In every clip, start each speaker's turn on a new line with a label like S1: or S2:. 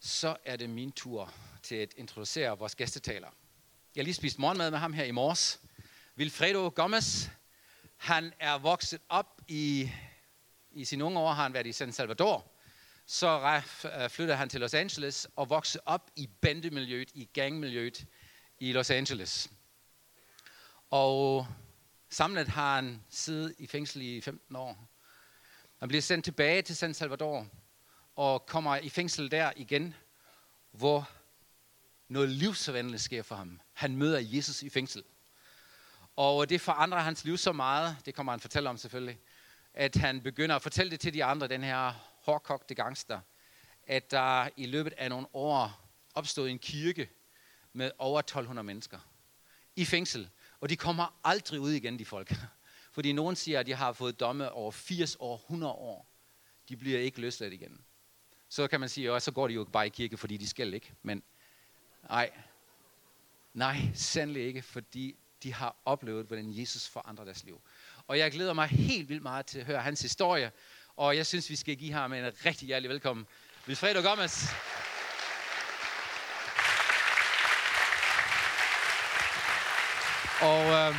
S1: så er det min tur til at introducere vores gæstetaler. Jeg har lige spist morgenmad med ham her i morges. Vilfredo Gomez. Han er vokset op i... I sine unge år har han været i San Salvador. Så re- øh, flyttede han til Los Angeles og voksede op i bandemiljøet, i gangmiljøet i Los Angeles. Og samlet har han siddet i fængsel i 15 år. Han bliver sendt tilbage til San Salvador og kommer i fængsel der igen, hvor noget livsforvandling sker for ham. Han møder Jesus i fængsel. Og det forandrer hans liv så meget, det kommer han fortælle om selvfølgelig, at han begynder at fortælle det til de andre, den her hårdkogte gangster, at der i løbet af nogle år opstod en kirke med over 1200 mennesker i fængsel. Og de kommer aldrig ud igen, de folk. Fordi nogen siger, at de har fået domme over 80 år, 100 år. De bliver ikke løsladt igen. Så kan man sige, at så går de jo bare i kirke, fordi de skal ikke. Men nej, nej, sandelig ikke, fordi de har oplevet, hvordan Jesus forandrer deres liv. Og jeg glæder mig helt vildt meget til at høre hans historie, og jeg synes, vi skal give ham en rigtig hjertelig velkommen. Vilfredo Gomez. Og øh,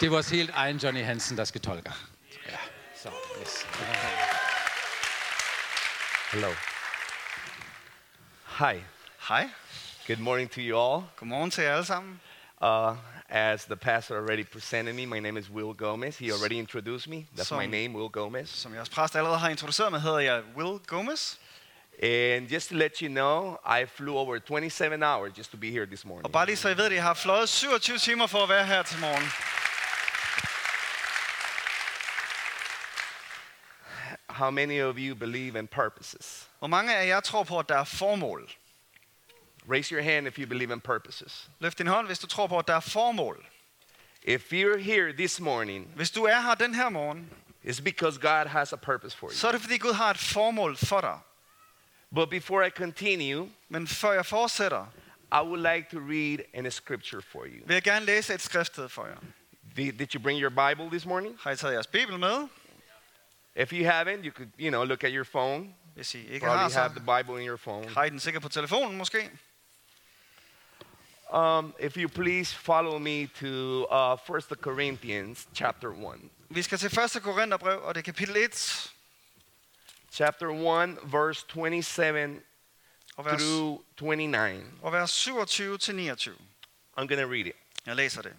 S1: det er vores helt egen Johnny Hansen, der skal tolke. Ja, så, yes.
S2: Hello. Hi.
S3: Hej.
S2: Good morning to you all.
S3: Godmorgen til jer alle sammen.
S2: Uh, as the pastor already presented me, my name is Will Gomez. He already introduced me. That's my
S3: Som-
S2: name, Will Gomez.
S3: Som jeres præst allerede har introduceret mig, hedder jeg Will Gomez.
S2: And just to let you know, I flew over 27 hours just to be here this morning.
S3: Og bare lige så I ved det, jeg har fløjet 27 timer for at være her til morgen.
S2: How many of you believe in purposes?
S3: Hvor mange af jer tror på, at der er formål?
S2: Raise your hand if you believe in purposes.
S3: Løft din hånd, hvis du tror på, at der er formål.
S2: If you're here this morning,
S3: Hvis du er her den her morgen,
S2: it's because God has a purpose for you.
S3: så er det fordi Gud har et formål for dig.
S2: but before I continue,
S3: Men før jeg fortsætter,
S2: I would like to read in a scripture for you.
S3: vil jeg gerne læse et skriftsted for jer.
S2: Did, did you bring your Bible this morning?
S3: Har I taget jeres bibel med?
S2: If you haven't, you could, you know, look at your phone.
S3: Hvis I ikke har,
S2: Probably have the
S3: så
S2: Bible in your phone.
S3: har I den sikkert på telefonen måske.
S2: Um, if you please follow me to uh, 1 Corinthians chapter 1.
S3: Vi skal til 1. Korintherbrev, og det er kapitel 1,
S2: Chapter 1, verse 27
S3: og vers,
S2: through 29.
S3: og vers 27-29.
S2: I'm going to read it.
S3: Jeg læser det.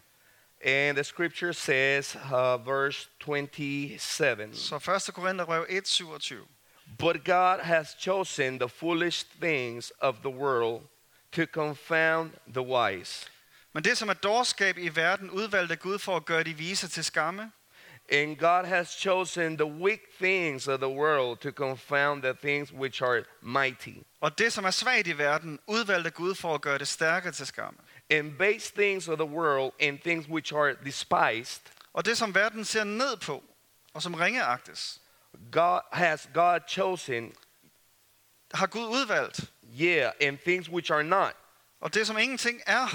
S2: And the scripture says, uh, verse 27.
S3: Så 1. Korintherbrev 1, 27.
S2: But God has chosen the foolish things of the world to confound the wise.
S3: Men det, som er dårskab i verden, udvalgte Gud for at gøre de vise til skamme.
S2: And God has chosen the weak things of the world to confound the things which are mighty.
S3: Og det, som er svagt i verden, udvalgte Gud for at gøre det stærke til skamme.
S2: And base things of the world and things which are despised,
S3: Og det, som verden ser ned på, og som ringeagtes,
S2: God has God chosen,
S3: har Gud udvalgt.
S2: yeah, and things which are not,
S3: Og det, som ingenting er,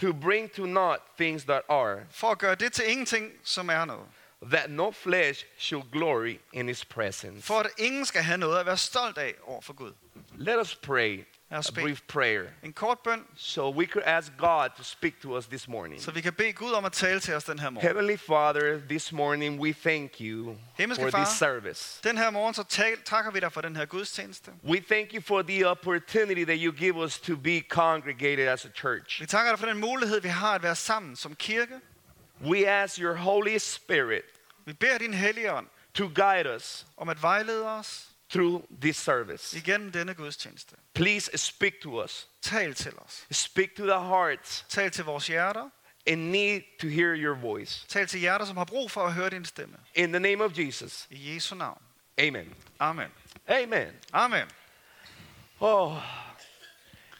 S2: to bring to naught things that are,
S3: for at gøre det til ingenting, som er noget.
S2: that no flesh should glory in his presence.
S3: For at ingen skal have noget at være stolt af over for Gud.
S2: Let us pray
S3: Lad os
S2: a
S3: bede.
S2: brief prayer
S3: En kort bøn,
S2: so we could ask God to speak to us this morning.
S3: så vi kan bede Gud om at tale til os den her morgen.
S2: Heavenly Father, this morning we thank you
S3: Himmelske
S2: for
S3: Far.
S2: this service.
S3: Den her morgen, så tal, takker vi dig for den her gudstjeneste.
S2: We thank you for the opportunity that you give us to be congregated as a church.
S3: Vi takker dig for den mulighed, vi har at være sammen som kirke.
S2: We ask your Holy Spirit
S3: Vi beder din hellige ånd
S2: to guide us
S3: om at vejlede os
S2: through this service.
S3: igennem denne gudstjeneste.
S2: Please speak to us.
S3: Tal til os.
S2: Speak to the hearts
S3: Tal til vores hjerter.
S2: in need to hear your voice.
S3: Tal til hjerter, som har brug for at høre din stemme.
S2: In the name of Jesus.
S3: I Jesu navn.
S2: Amen.
S3: Amen.
S2: Amen.
S3: Amen.
S2: Oh,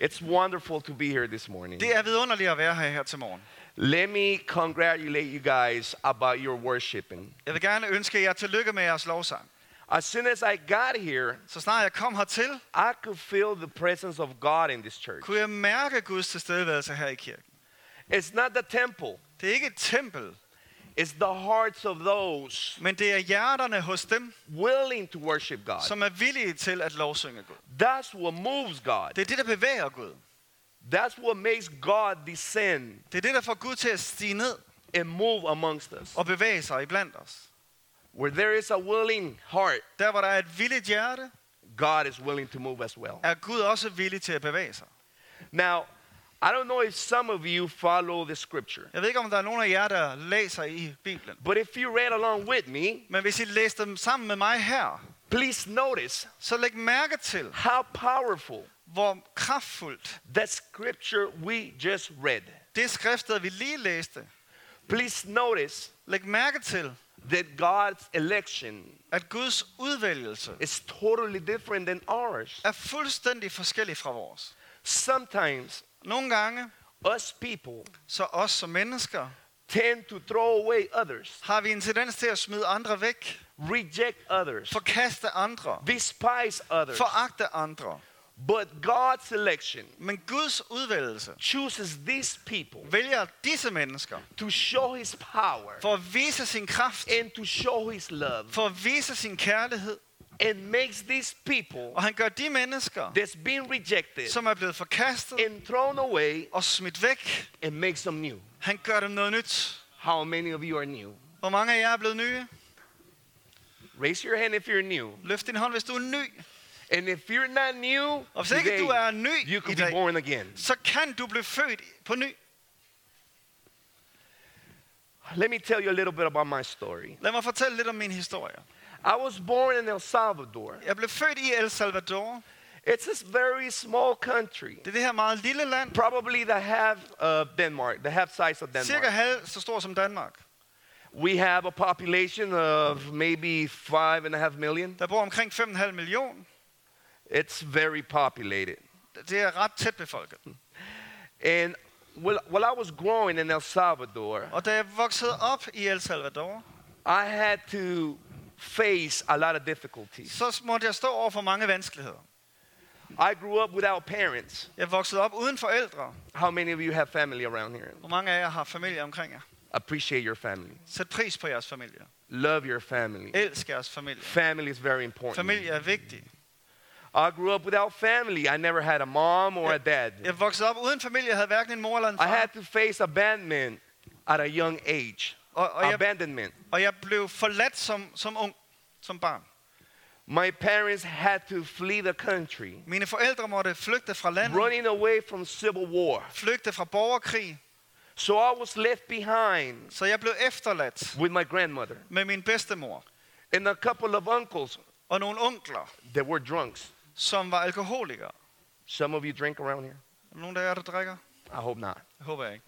S2: it's wonderful to be here this morning.
S3: Det er vidunderligt at være her, her til morgen.
S2: Let me congratulate you guys about your worshiping.
S3: Jeg vil gerne ønske jer tillykke med jeres lovsang.
S2: As soon as I got here,
S3: Så snart jeg kom hertil,
S2: I could feel the presence of God in this church.
S3: kunne jeg mærke Guds tilstedeværelse her i kirken.
S2: It's not the temple,
S3: Det er ikke et tempel,
S2: It's the hearts of those
S3: Men det er hjerterne hos dem,
S2: willing to worship God.
S3: som er villige til at lovsynge Gud.
S2: That's what moves God.
S3: Det er det, der bevæger Gud.
S2: That's what makes God descend
S3: Det er det, der får Gud til at stige ned
S2: and move amongst us.
S3: og bevæge sig iblandt os.
S2: Where there is a willing heart,
S3: Der, hvor der er et villigt hjerte,
S2: God is willing to move as well.
S3: er Gud også villig til at bevæge sig.
S2: Now, I don't know if some of you follow the scripture,
S3: Jeg ved ikke, om der er nogen af jer, der læser i Bibelen.
S2: but if you read along with me,
S3: Men hvis I læser dem sammen med mig her,
S2: please notice
S3: så læg mærke til,
S2: how powerful
S3: hvor kraftfuldt
S2: that scripture we just read.
S3: det skriftet, vi lige læste,
S2: Please notice
S3: læg mærke til,
S2: that God's election
S3: at Guds udvælgelse
S2: is totally different than ours.
S3: er fuldstændig forskellig fra vores.
S2: Sometimes
S3: Nogle gange,
S2: us people
S3: så os som mennesker,
S2: tend to throw away others,
S3: har vi en tendens til at smide andre væk,
S2: reject others,
S3: forkaste andre,
S2: despise others.
S3: foragte andre.
S2: But God's election
S3: Men Guds udvælgelse
S2: chooses these people
S3: vælger disse mennesker
S2: to show his power
S3: for at vise sin kraft,
S2: and to show his love
S3: for at vise sin kærlighed,
S2: and makes these people
S3: og han gør de mennesker,
S2: that's been rejected
S3: som er blevet forkastet
S2: and thrown away
S3: og smidt væk,
S2: and makes them new.
S3: han gør dem noget nyt.
S2: How many of you are new?
S3: Hvor mange af jer er blevet nye?
S2: Raise your hand if you're new.
S3: Løft din hånd, hvis du er ny.
S2: And if you're not new,
S3: Og hvis ikke
S2: today,
S3: du er ny
S2: you
S3: i
S2: could be
S3: dag,
S2: born again.
S3: så kan du blive født på ny.
S2: Let me tell you a little bit about my story.
S3: Lad mig fortælle lidt om min historie.
S2: I was born in El Salvador.
S3: Jeg blev født i El Salvador.
S2: It's a very small country,
S3: Det er det her meget lille land,
S2: probably the half of Denmark, the half size of
S3: cirka
S2: Denmark.
S3: halv så stor som Danmark.
S2: We have a population of maybe five and a half million.
S3: Der bor omkring 5,5 millioner.
S2: It's very populated.
S3: Det er ret tæt befolket.
S2: And while, while I was growing in El Salvador,
S3: Og da jeg voksede op i El Salvador,
S2: I had to face a lot of difficulties.
S3: så måtte jeg stå over for mange vanskeligheder.
S2: I grew up without parents.
S3: Jeg voksede op uden forældre.
S2: How many of you have family around here?
S3: Hvor mange af jer har familie omkring jer?
S2: Appreciate your family.
S3: Sæt pris på jeres familie.
S2: Love your family.
S3: Elsk jeres familie.
S2: Family is very important.
S3: Familie er vigtig.
S2: I grew up without family. I never had a mom or a dad.
S3: Jeg voksede op uden familie. Jeg havde hverken en mor eller en
S2: I
S3: far.
S2: had to face abandonment at a young age.
S3: Og, og, jeg,
S2: Abandonment.
S3: og jeg blev forladt som, som ung, som barn.
S2: My parents had to flee the country,
S3: Mine forældre måtte flygte fra landet.
S2: running away from civil war.
S3: Flygte fra borgerkrig.
S2: So I was left behind
S3: Så jeg blev efterladt
S2: with my grandmother
S3: med min bedstemor
S2: and a couple of uncles
S3: og nogle onkler,
S2: that were drunks.
S3: som var alkoholikere.
S2: Some of you drink around here?
S3: Er der nogen af jer, der drikker?
S2: I hope not.
S3: Det håber jeg ikke.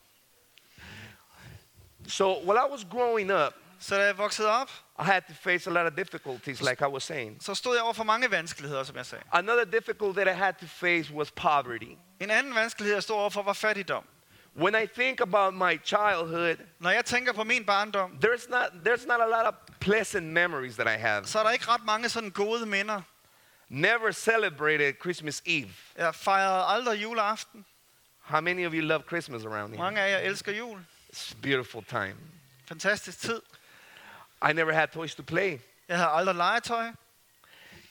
S2: So while I was growing up,
S3: Så da jeg voksede op,
S2: I had to face a lot of difficulties, like I was saying.
S3: så stod jeg over for mange vanskeligheder, som jeg sagde.
S2: Another difficulty that I had to face was poverty.
S3: En anden vanskelighed, jeg stod over for, var fattigdom.
S2: When I think about my childhood,
S3: Når jeg tænker på min barndom,
S2: there's not, there's not a lot of pleasant memories that I have.
S3: så er der ikke ret mange sådan gode minder.
S2: Never celebrated Christmas Eve.
S3: Jeg fejrede aldrig juleaften.
S2: How many of you love Christmas around here?
S3: Mange af jer elsker jul.
S2: It's a beautiful time.
S3: Fantastisk tid.
S2: I never had toys to play.
S3: Jeg havde aldrig legetøj,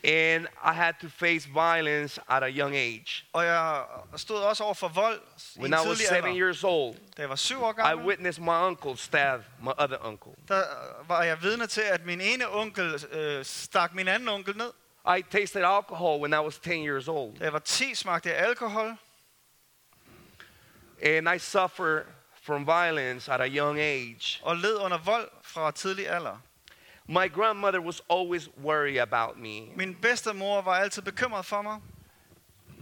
S2: And I had to face violence at a young age.
S3: og jeg stod også over for vold i en
S2: When I was
S3: tidlig
S2: seven
S3: alder.
S2: years old,
S3: Da jeg var syv år
S2: I
S3: gammel,
S2: witnessed my uncle stab my other uncle.
S3: der øh, var jeg vidne til, at min ene onkel øh, stak min anden onkel ned.
S2: I tasted alcohol when I was 10 years old,
S3: Da jeg var 10, smagte jeg alkohol,
S2: and I suffer from violence at a young age.
S3: og led under vold fra tidlig alder.
S2: My grandmother was always worried about me.
S3: Min bedstemor var altid bekymret for mig,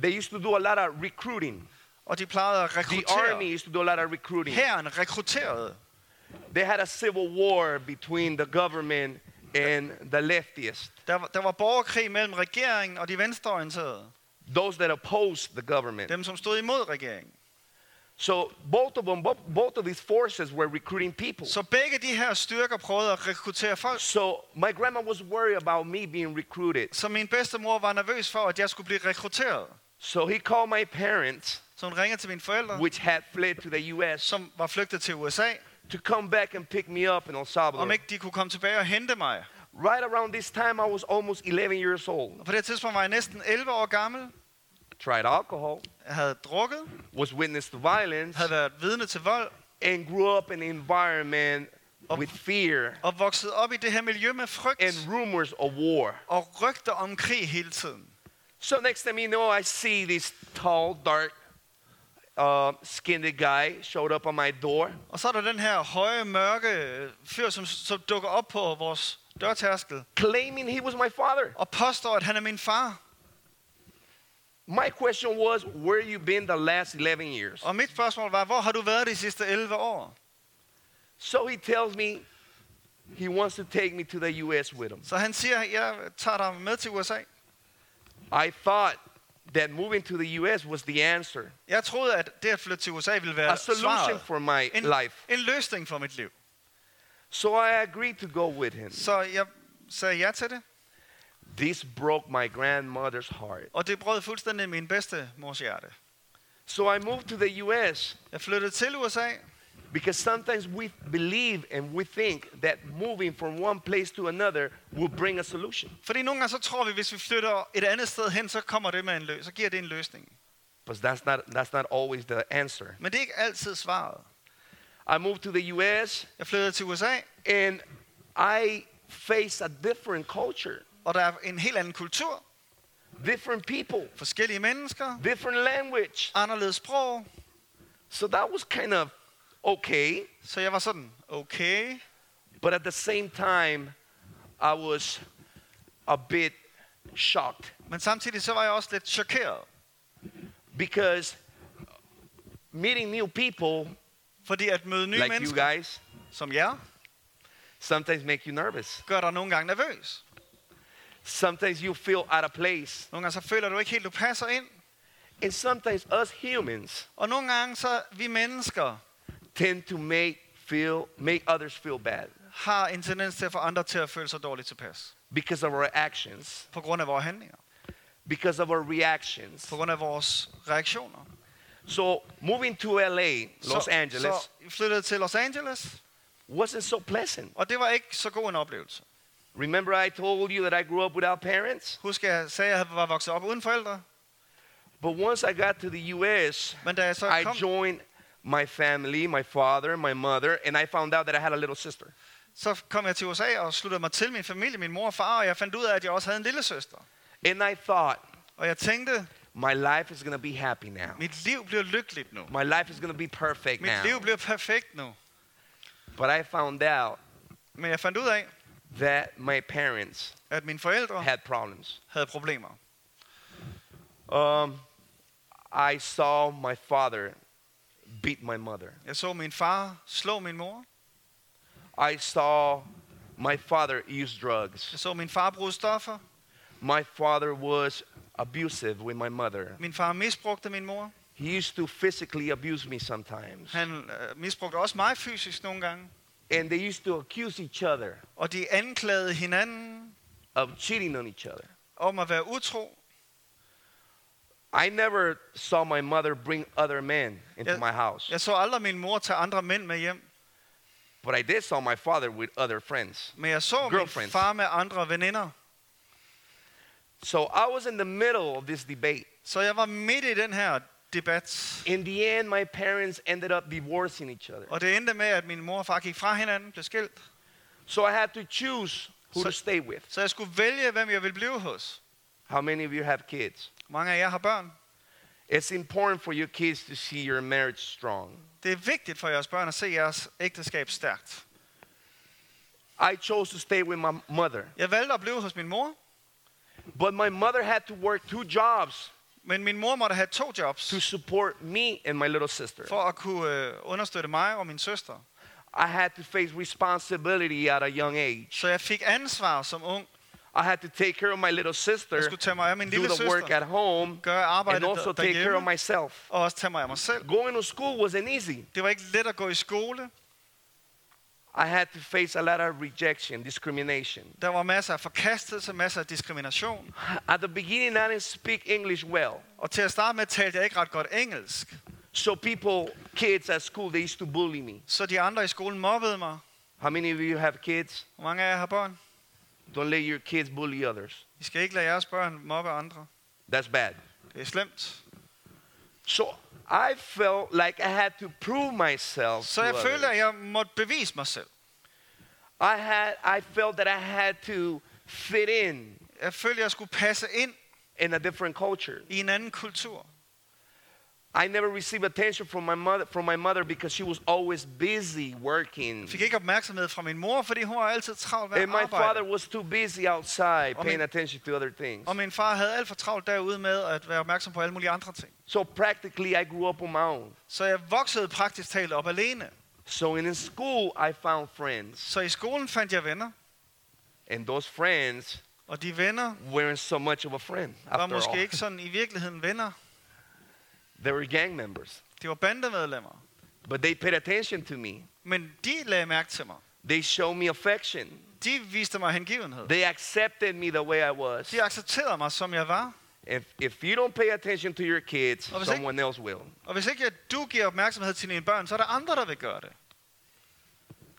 S2: They used to do a lot of recruiting.
S3: og de plejede at
S2: The
S3: rekruttere.
S2: army used to do a lot of recruiting.
S3: Herren rekrutterede.
S2: They had a civil war between the government and the leftists,
S3: Der, var- der var borgerkrig mellem regeringen og de venstreorienterede.
S2: those that opposed the government.
S3: Dem, som stod imod regeringen.
S2: So both of them, both, both of these forces were recruiting people.
S3: Så begge de her styrker prøvede at rekruttere folk.
S2: So my grandma was worried about me being recruited.
S3: Så min bedstemor var nervøs for, at jeg skulle blive rekrutteret.
S2: So he called my parents,
S3: Så hun ringede til mine forældre,
S2: which had fled to the U.S.
S3: som var flygtet til USA,
S2: to come back and pick me up in El Salvador.
S3: om ikke de kunne komme tilbage og hente mig.
S2: Right around this time, I was almost 11 years
S3: Og
S2: old.
S3: på det tidspunkt var jeg næsten 11 år gammel.
S2: Tried alcohol,
S3: Jeg havde drukket,
S2: was witness to violence,
S3: havde været vidne til vold
S2: and grew up in an environment
S3: Op-
S2: with fear
S3: og vokset op i det her miljø med frygt
S2: and rumors of war.
S3: og rygter om krig hele tiden.
S2: So next thing you know, I see this tall, dark, uh, skinned guy showed up on my door.
S3: Og så er der den her høje, mørke øh, fyr, som, som dukker op på vores dørtærskel
S2: claiming he was my father.
S3: og påstår, at han er min far.
S2: My question was, where you been the last 11 years?
S3: Og mit spørgsmål var, hvor har du været de sidste 11 år?
S2: So he tells me he wants to take me to the U.S. with him.
S3: Så han siger, jeg tager dig med til USA.
S2: I thought that moving to the U.S. was the answer,
S3: Jeg troede, at det at flytte til USA ville være
S2: a solution
S3: svaret.
S2: for my
S3: En,
S2: life.
S3: en løsning for mit liv.
S2: So I agreed to go with him.
S3: Så jeg sagde ja til det,
S2: This broke my grandmother's heart.
S3: og det brød fuldstændig min bedste mors hjerte.
S2: So I moved to the U.S.
S3: Jeg flyttede til USA,
S2: because sometimes we believe and we think that moving from one place to another will bring a solution.
S3: fordi nogle gange så tror vi, hvis vi flytter et andet sted hen, så kommer det med en løs, så giver det en løsning.
S2: But that's not, that's not always the answer.
S3: Men det er ikke altid svaret.
S2: I moved to the U.S.
S3: Jeg flyttede til USA,
S2: and I faced a different culture,
S3: og der er en helt anden kultur,
S2: different people,
S3: forskellige mennesker,
S2: different language.
S3: anderledes sprog.
S2: So that was kind of okay,
S3: Så jeg var sådan, okay.
S2: but at the same time, I was a bit shocked
S3: Men samtidig så var jeg også lidt chokeret,
S2: because meeting new people
S3: fordi at møde nye
S2: like you
S3: mennesker
S2: guys
S3: som jer,
S2: sometimes make you nervous.
S3: gør dig nogle gange nervøs.
S2: Sometimes you feel out of place.
S3: Nogle gange så føler du ikke helt, du passer ind.
S2: And sometimes us humans
S3: Og nogle gange så vi mennesker
S2: tend to make feel make others feel bad
S3: har en tendens til at få andre til at føle sig dårligt tilpas.
S2: because of our actions,
S3: På grund af vores handlinger.
S2: because of our reactions.
S3: På grund af vores reaktioner.
S2: So moving to LA, Los
S3: så,
S2: Angeles,
S3: Så jeg flyttede til Los Angeles,
S2: wasn't so pleasant.
S3: og det var ikke så god en oplevelse.
S2: Remember, I told you that I grew up without parents?
S3: Husk, jeg sagde, at jeg var vokset op uden forældre.
S2: But once I got to the US,
S3: Men da jeg så
S2: I
S3: kom,
S2: joined my family, my father, my mother, and I found out that I had a little sister.
S3: så kom jeg til USA og sluttede mig til min familie, min mor og far, og jeg fandt ud af, at jeg også havde en lille søster.
S2: And I thought,
S3: Og jeg tænkte,
S2: my life is gonna be happy now.
S3: mit liv bliver lykkeligt nu.
S2: My life is gonna be perfect
S3: Mit
S2: now.
S3: liv bliver perfekt nu.
S2: But I found out
S3: Men jeg fandt ud af,
S2: that my parents
S3: at mine forældre
S2: had problems.
S3: havde problemer.
S2: Um, I saw my father beat my mother.
S3: Jeg så min far slå min mor.
S2: I saw my father use drugs.
S3: Jeg så min far bruge stoffer.
S2: My father was abusive with my mother.
S3: Min far misbrugte min mor.
S2: He used to physically abuse me sometimes.
S3: Han øh, misbrugte også mig fysisk nogle gange.
S2: And they used to accuse each other
S3: Og de anklagede hinanden
S2: of cheating on each other.
S3: om at være utro.
S2: I never saw my mother bring other men into
S3: Yeah.
S2: my house,
S3: Jeg så aldrig min mor tage andre mænd med hjem,
S2: but I did saw my father with other friends.
S3: men jeg så min
S2: Girlfriends.
S3: far med andre veninder.
S2: So I was in the middle of this debate.
S3: Så jeg var midt i den her debat,
S2: In the end, my parents ended up divorcing each other.
S3: og det endte med, at min mor og far gik fra hinanden, blev skilt.
S2: So I had to choose who
S3: So-
S2: to stay with.
S3: Så jeg skulle vælge, hvem jeg ville blive hos.
S2: How many of you have kids?
S3: Mange af jer har børn.
S2: It's important for your kids to see your marriage strong.
S3: Det er vigtigt for jeres børn at se jeres ægteskab stærkt.
S2: I chose to stay with my mother,
S3: Jeg valgte at blive hos min mor,
S2: but my mother had to work two jobs
S3: men min mor måtte have to jobs
S2: to support me and my little sister.
S3: for at kunne øh, understøtte mig og min søster.
S2: I had to face responsibility at a young age.
S3: Så jeg fik ansvar som ung.
S2: I had to take care of my little
S3: Jeg
S2: sister,
S3: skulle tage mig af min
S2: do
S3: lille
S2: the work
S3: søster,
S2: at home,
S3: gøre arbejdet
S2: and also
S3: der,
S2: take care of
S3: derhjemme,
S2: myself.
S3: og også tage mig af mig selv.
S2: Going to school wasn't easy.
S3: Det var ikke let at gå i skole.
S2: I had to face a lot of rejection, discrimination.
S3: Der var masser af forkastelse, masser af diskrimination.
S2: At the beginning, I didn't speak English well,
S3: Og til at starte med talte jeg ikke ret godt engelsk.
S2: So people, kids at school, they used to bully me.
S3: Så de andre i skolen mobbede mig.
S2: How many of you have kids?
S3: Hvor mange af jer har børn?
S2: Don't let your kids bully others.
S3: I skal ikke lade jeres børn mobbe andre.
S2: That's bad.
S3: Det er slemt.
S2: So I felt like I had to prove myself.
S3: Så
S2: to
S3: jeg
S2: others.
S3: følte, at jeg måtte bevise mig selv.
S2: I had I felt that I had to fit in
S3: Jeg følte, at jeg skulle passe ind
S2: in a different culture.
S3: i en anden kultur.
S2: I never received attention from my mother from my mother because she was always busy working.
S3: Jeg fik ikke opmærksomhed fra min mor, fordi hun var altid travlt med at
S2: And my father
S3: arbejde.
S2: was too busy outside
S3: I
S2: paying
S3: mean-
S2: attention to other things.
S3: Og min far havde alt for travlt derude med at være opmærksom på alle mulige andre ting.
S2: So practically I grew up on my own.
S3: Så jeg voksede praktisk talt op alene.
S2: So in school I found friends.
S3: Så i skolen fandt jeg venner,
S2: And those friends
S3: og de venner
S2: weren't so much of a friend
S3: var
S2: after all.
S3: måske ikke sådan i virkeligheden venner.
S2: They were gang members.
S3: De var bandemedlemmer.
S2: But they paid attention to me.
S3: Men de lagde mærke til mig.
S2: They showed me affection.
S3: De viste mig hengivenhed.
S2: They accepted me the way I was.
S3: De accepterede mig, som jeg var.
S2: If, if you don't pay attention to your kids,
S3: Obviously.
S2: someone else will.
S3: Og hvis ikke du giver opmærksomhed til dine børn, så er der andre, der vil gøre det.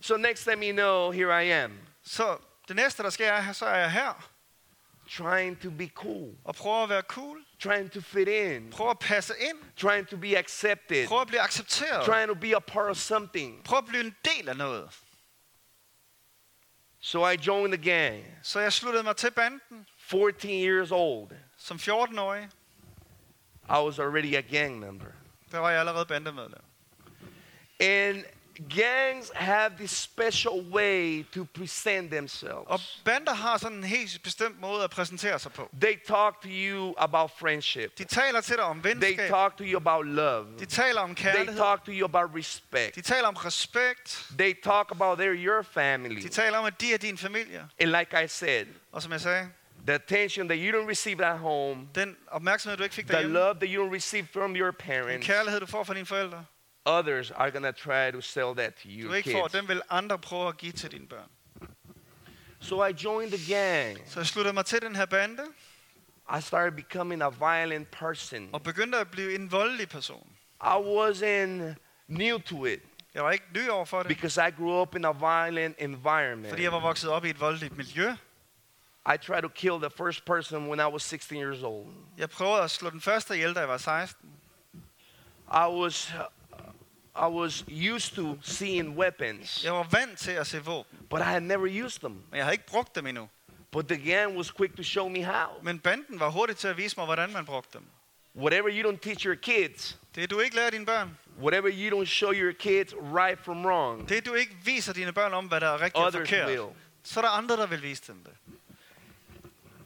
S2: So next time you know, here I am,
S3: Så det næste, der sker, er, at så er jeg her
S2: trying to be cool,
S3: og prøver at være cool.
S2: trying to fit in,
S3: Prøver at passe ind.
S2: trying to be accepted,
S3: Prøver at blive accepteret.
S2: trying to be a part of something.
S3: Prøv at blive en del af noget.
S2: So I joined the gang,
S3: Så jeg sluttede mig til banden
S2: 14 years old.
S3: som 14-årig.
S2: I was already a gang member.
S3: Der var jeg allerede bandemedlem.
S2: And gangs have this special way to present
S3: Og
S2: themselves.
S3: bander har sådan en helt bestemt måde at præsentere sig på.
S2: They talk to you about friendship.
S3: De taler til dig om
S2: They
S3: venskab.
S2: talk to you about love.
S3: De taler om
S2: They
S3: kærlighed.
S2: talk to you about respect.
S3: De taler om respekt.
S2: They talk about they're your family.
S3: De taler om, at de er din familie.
S2: And like I said,
S3: Og som jeg sagde,
S2: the attention that you don't receive at home,
S3: den opmærksomhed, du ikke fik
S2: the
S3: derhjemme,
S2: love that you don't receive from your
S3: den
S2: parents,
S3: kærlighed, du får fra dine forældre,
S2: others are going to try to sell that to
S3: du
S2: you.
S3: ikke får,
S2: Kids.
S3: den vil andre prøve at give til dine børn.
S2: So I joined the gang.
S3: Så jeg sluttede mig til den her bande,
S2: I started becoming a violent person.
S3: og begyndte at blive en voldelig person.
S2: I wasn't new to it
S3: Jeg var ikke ny over for det,
S2: because I grew up in a violent
S3: fordi jeg
S2: environment.
S3: var vokset op i et voldeligt miljø.
S2: I tried to kill the first person when I was 16 years old.
S3: Jeg prøvede at slå den første ihjel, da jeg var 16.
S2: I was, I was used to seeing weapons,
S3: Jeg var vant til at se våben,
S2: but I had never used them.
S3: men jeg havde ikke brugt dem endnu.
S2: But the gang was quick to show me how.
S3: Men banden var hurtig til at vise mig, hvordan man brugte dem.
S2: Whatever you don't teach your kids,
S3: Det du ikke lærer dine børn,
S2: whatever you don't show your kids right from wrong,
S3: det du ikke viser dine børn om, hvad der er rigtigt og
S2: others
S3: forkert,
S2: will.
S3: så er der andre, der vil vise dem det.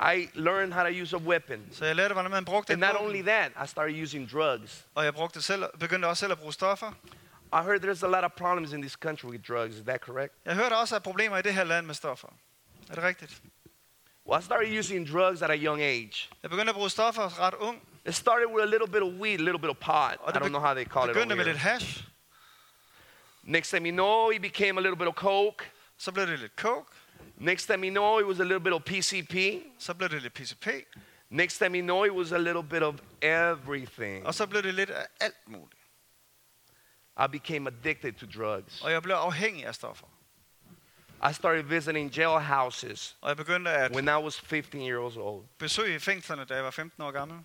S2: I learned how to use a weapon.
S3: Så jeg lærte, hvordan man brugte
S2: And
S3: et
S2: not
S3: våben,
S2: only that, I started using drugs.
S3: og jeg brugte selv, begyndte også selv at bruge stoffer.
S2: I heard there's a lot of problems in this country with drugs. Is that correct?
S3: Jeg hørte også, at der er problemer i det her land med stoffer. Er det rigtigt?
S2: Well, I started using drugs at a young age.
S3: Jeg begyndte at bruge stoffer ret ung,
S2: It started with a little bit of weed, a little bit of pot.
S3: og
S2: I
S3: det
S2: don't know how they call
S3: be-
S2: it.
S3: begyndte
S2: Over
S3: med lidt
S2: here.
S3: hash,
S2: Next time you know, it became a little bit of coke.
S3: så blev det lidt coke,
S2: Next time you know, it was a little bit of PCP.
S3: så blev det lidt PCP,
S2: Next time you know, it was a little bit of everything.
S3: og så blev det lidt af alt muligt.
S2: I became addicted to drugs.
S3: Og jeg blev afhængig af stoffer.
S2: I started visiting jailhouses
S3: Og jeg begyndte at
S2: when I was 15 years old.
S3: besøge fængslerne, da jeg var 15 år gammel.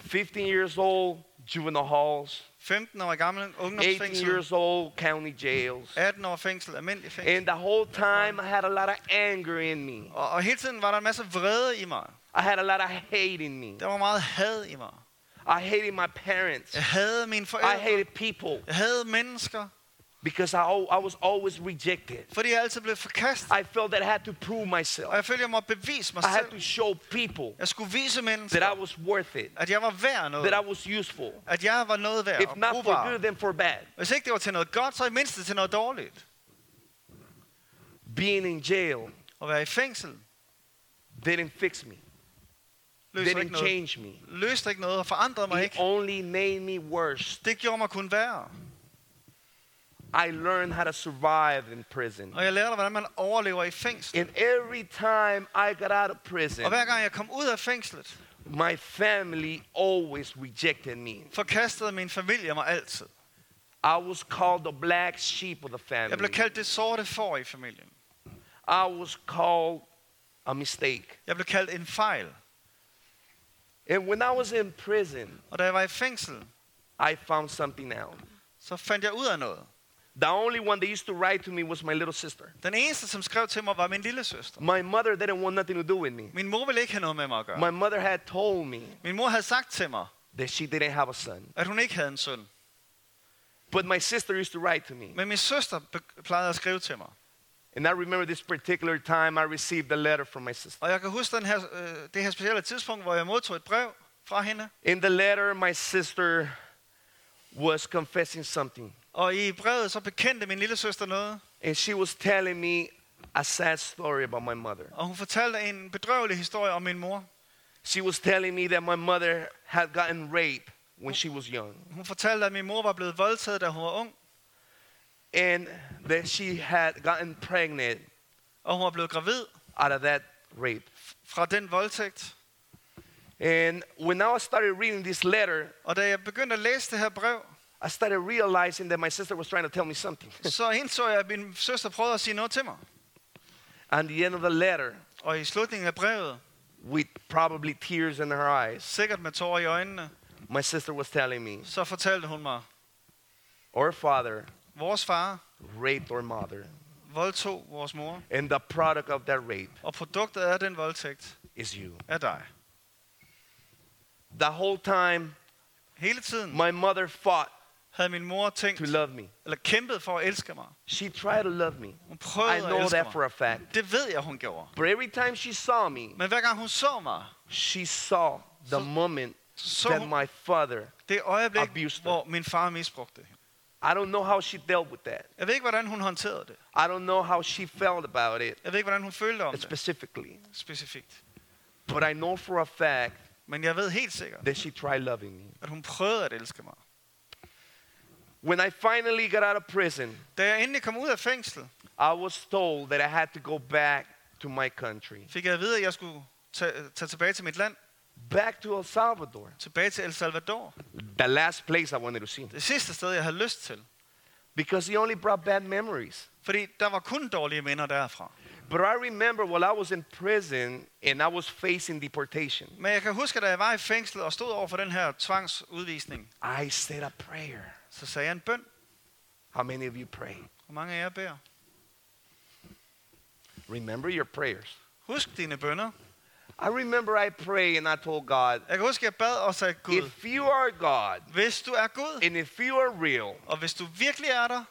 S2: 15 years old, juvenile halls.
S3: 15 år gammel,
S2: 18
S3: ungdomsfængsel,
S2: years old, county jails.
S3: 18 år fængsel, almindelig fængsel.
S2: And the whole time, I had a lot of anger in me.
S3: Og, og hele tiden var der en masse vrede i mig.
S2: I had a lot of hate in me.
S3: Der var meget had i mig.
S2: I hated my parents.
S3: Jeg havde mine
S2: I
S3: forældre.
S2: hated people
S3: Jeg havde mennesker,
S2: because I, al- I was always rejected.
S3: fordi jeg altid blev forkastet.
S2: I felt that I had to prove
S3: Og
S2: myself.
S3: jeg følte, jeg måtte bevise mig
S2: I had to
S3: selv.
S2: show people
S3: Jeg skulle vise
S2: that I
S3: mennesker,
S2: was worth it,
S3: at jeg var værd noget.
S2: that I was useful.
S3: At jeg var noget værd
S2: If
S3: og
S2: not for
S3: brugbar.
S2: good, then for bad.
S3: Hvis ikke det var til noget godt, så i mindste til noget dårligt.
S2: Being in jail
S3: At være i fængsel
S2: didn't fix me,
S3: løste ikke
S2: didn't
S3: noget.
S2: change me.
S3: Løste ikke noget og forandrede mig
S2: It
S3: ikke.
S2: only made me worse.
S3: Det gjorde mig kun værre.
S2: I learned how to survive in prison.
S3: Og jeg lærte, hvordan man overlever i fængsel.
S2: And every time I got out of prison,
S3: Og hver gang jeg kom ud af fængslet,
S2: my family always rejected me.
S3: forkastede min familie mig altid.
S2: I was called the black sheep of the
S3: Jeg
S2: family.
S3: blev kaldt det sorte får i familien.
S2: I was called a mistake.
S3: Jeg blev kaldt en fejl.
S2: And when I was in prison,
S3: Og da jeg var i fængsel,
S2: I found something out.
S3: så fandt jeg ud af noget.
S2: The only one that used to write to me was my little sister.
S3: Den eneste, som skrev til mig, var min lille søster.
S2: My mother didn't want nothing to do with me.
S3: Min mor ville ikke have noget med mig at gøre.
S2: My mother had told me
S3: Min mor havde sagt til mig,
S2: that she didn't have a son.
S3: at hun ikke havde en søn.
S2: But my sister used to write to me.
S3: Men min søster be- plejede at skrive til mig.
S2: And I remember this particular time I received a letter from my sister.
S3: Og jeg kan huske den her, øh, det her specielle tidspunkt, hvor jeg modtog et brev fra hende.
S2: In the letter, my sister was confessing something.
S3: Og i brevet så bekendte min lille søster noget.
S2: And she was telling me a sad story about my mother.
S3: Og hun fortalte en bedrøvelig historie om min mor.
S2: She was telling me that my mother had gotten raped when she was young
S3: Hun fortalte, at min mor var blevet voldtaget, da hun var ung.
S2: and that she had gotten pregnant
S3: Og hun var blevet gravid
S2: out of that rape.
S3: fra den voldtægt.
S2: And when I started reading this letter,
S3: Og da jeg begyndte at læse det her brev,
S2: I started realizing that my sister was trying to tell me something.
S3: så indså jeg, at min søster prøvede at sige noget til mig.
S2: At the end of the letter,
S3: Og i slutningen af brevet,
S2: with probably tears in her eyes,
S3: sikkert med tårer i øjnene,
S2: my sister was telling me,
S3: så fortalte hun mig,
S2: our father
S3: vores far
S2: raped our mother.
S3: voldtog vores mor,
S2: And the product of that rape
S3: og produktet af den voldtægt
S2: is you.
S3: er dig.
S2: The whole time,
S3: Hele tiden
S2: my mother fought
S3: havde min mor tænkt,
S2: to love me.
S3: eller kæmpet for at elske mig.
S2: She tried to love me.
S3: Hun
S2: I
S3: prøvede at
S2: know
S3: elske
S2: that for
S3: mig.
S2: a fact.
S3: Det ved jeg, hun gjorde.
S2: But every time she saw me,
S3: Men hver gang hun så mig,
S2: she saw the
S3: So-
S2: moment
S3: så så
S2: that
S3: hun
S2: my father,
S3: det øjeblik,
S2: Abused her.
S3: hvor min far misbrugte hende.
S2: I don't know how she dealt with that.
S3: Jeg ved ikke, hvordan hun håndterede det.
S2: I don't know how she felt about it
S3: Jeg ved ikke, hvordan hun følte om det
S2: specifically.
S3: specifikt.
S2: But I know for a fact
S3: Men jeg ved helt sikkert,
S2: that she tried loving me.
S3: at hun prøvede at elske mig.
S2: When I finally got out of prison,
S3: Da jeg endelig kom ud af fængslet,
S2: I was told that I had to go back to my country,
S3: fik jeg at vide, at jeg skulle tage, tage tilbage til mit land,
S2: back to El Salvador,
S3: tilbage til El Salvador.
S2: the last place I wanted to see.
S3: Det sidste sted, jeg havde lyst til.
S2: Because he only brought bad memories.
S3: Fordi der var kun dårlige minder derfra.
S2: But I remember while I was in prison and I was facing deportation,
S3: Men jeg kan huske, da jeg var i fængslet og stod over for den her tvangsudvisning,
S2: I said a prayer.
S3: så sagde jeg en bøn.
S2: How many of you pray?
S3: Hvor mange af jer beder?
S2: Remember your prayers.
S3: Husk dine bønder.
S2: I remember I pray and I told God,
S3: Jeg kan huske, at jeg bad og sagde, Gud,
S2: if you are God
S3: hvis du er Gud,
S2: and if you are real,
S3: og hvis du virkelig er der,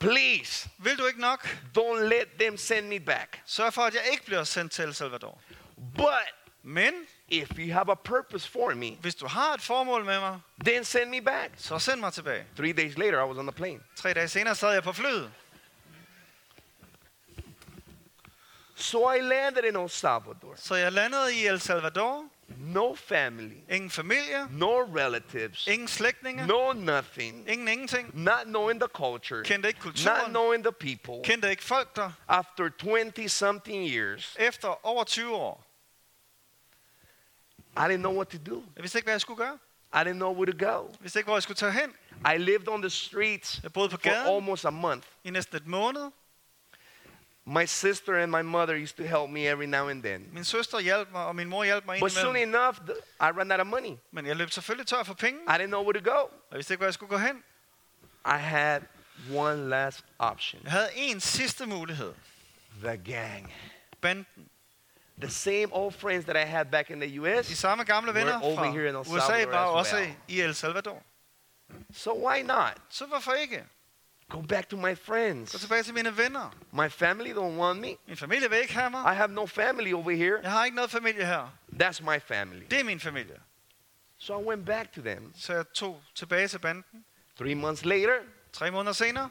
S2: please
S3: vil du ikke nok
S2: don't let them send me back.
S3: sørge for, at jeg ikke bliver sendt til El Salvador.
S2: But
S3: Men
S2: if you have a purpose for me,
S3: hvis du har et formål med mig,
S2: then send me back.
S3: så send mig tilbage.
S2: Three days later, I was on the plane.
S3: Tre dage senere sad jeg på flyet,
S2: So I landed in El Salvador.
S3: så jeg landede i El Salvador.
S2: No family,
S3: Ingen familie,
S2: no relatives,
S3: ingen slægtninge,
S2: no nothing.
S3: ingen ingenting.
S2: Not knowing the culture,
S3: Kendte ikke
S2: not
S3: kulturen,
S2: knowing the people.
S3: kendte ikke folk der.
S2: After 20 something years,
S3: Efter over 20 år,
S2: I didn't know what to do.
S3: jeg vidste ikke, hvad jeg skulle gøre.
S2: I didn't know where to go.
S3: Jeg vidste ikke, hvor jeg skulle tage hen.
S2: I lived on the streets
S3: Jeg boede på
S2: for
S3: gaden
S2: almost a month.
S3: i næsten et måned.
S2: My sister and my mother used to help me every now and then.
S3: Min søster hjalp mig, og min mor hjalp mig
S2: But soon
S3: indimellem.
S2: enough, th- I ran out of money.
S3: Men jeg løb selvfølgelig tør for penge, og
S2: I didn't know where to go.
S3: jeg vidste ikke, hvor jeg skulle gå hen.
S2: I had one last option
S3: Jeg havde en sidste mulighed.
S2: the gang.
S3: Banden.
S2: The same old friends that I had back in the
S3: De
S2: US.
S3: samme gamle venner
S2: We're over here in El
S3: fra USA
S2: Salvador
S3: var
S2: as
S3: også
S2: well.
S3: i El Salvador.
S2: So why not?
S3: Så hvorfor ikke?
S2: Go back to my
S3: Gå
S2: friends.
S3: tilbage til mine venner.
S2: My family don't want me.
S3: Min familie vil ikke have mig.
S2: I have no family over here.
S3: Jeg har ikke noget familie her.
S2: That's my family.
S3: Det er min familie.
S2: So I went back to them.
S3: Så jeg tog tilbage til banden.
S2: Three months later,
S3: Tre måneder senere,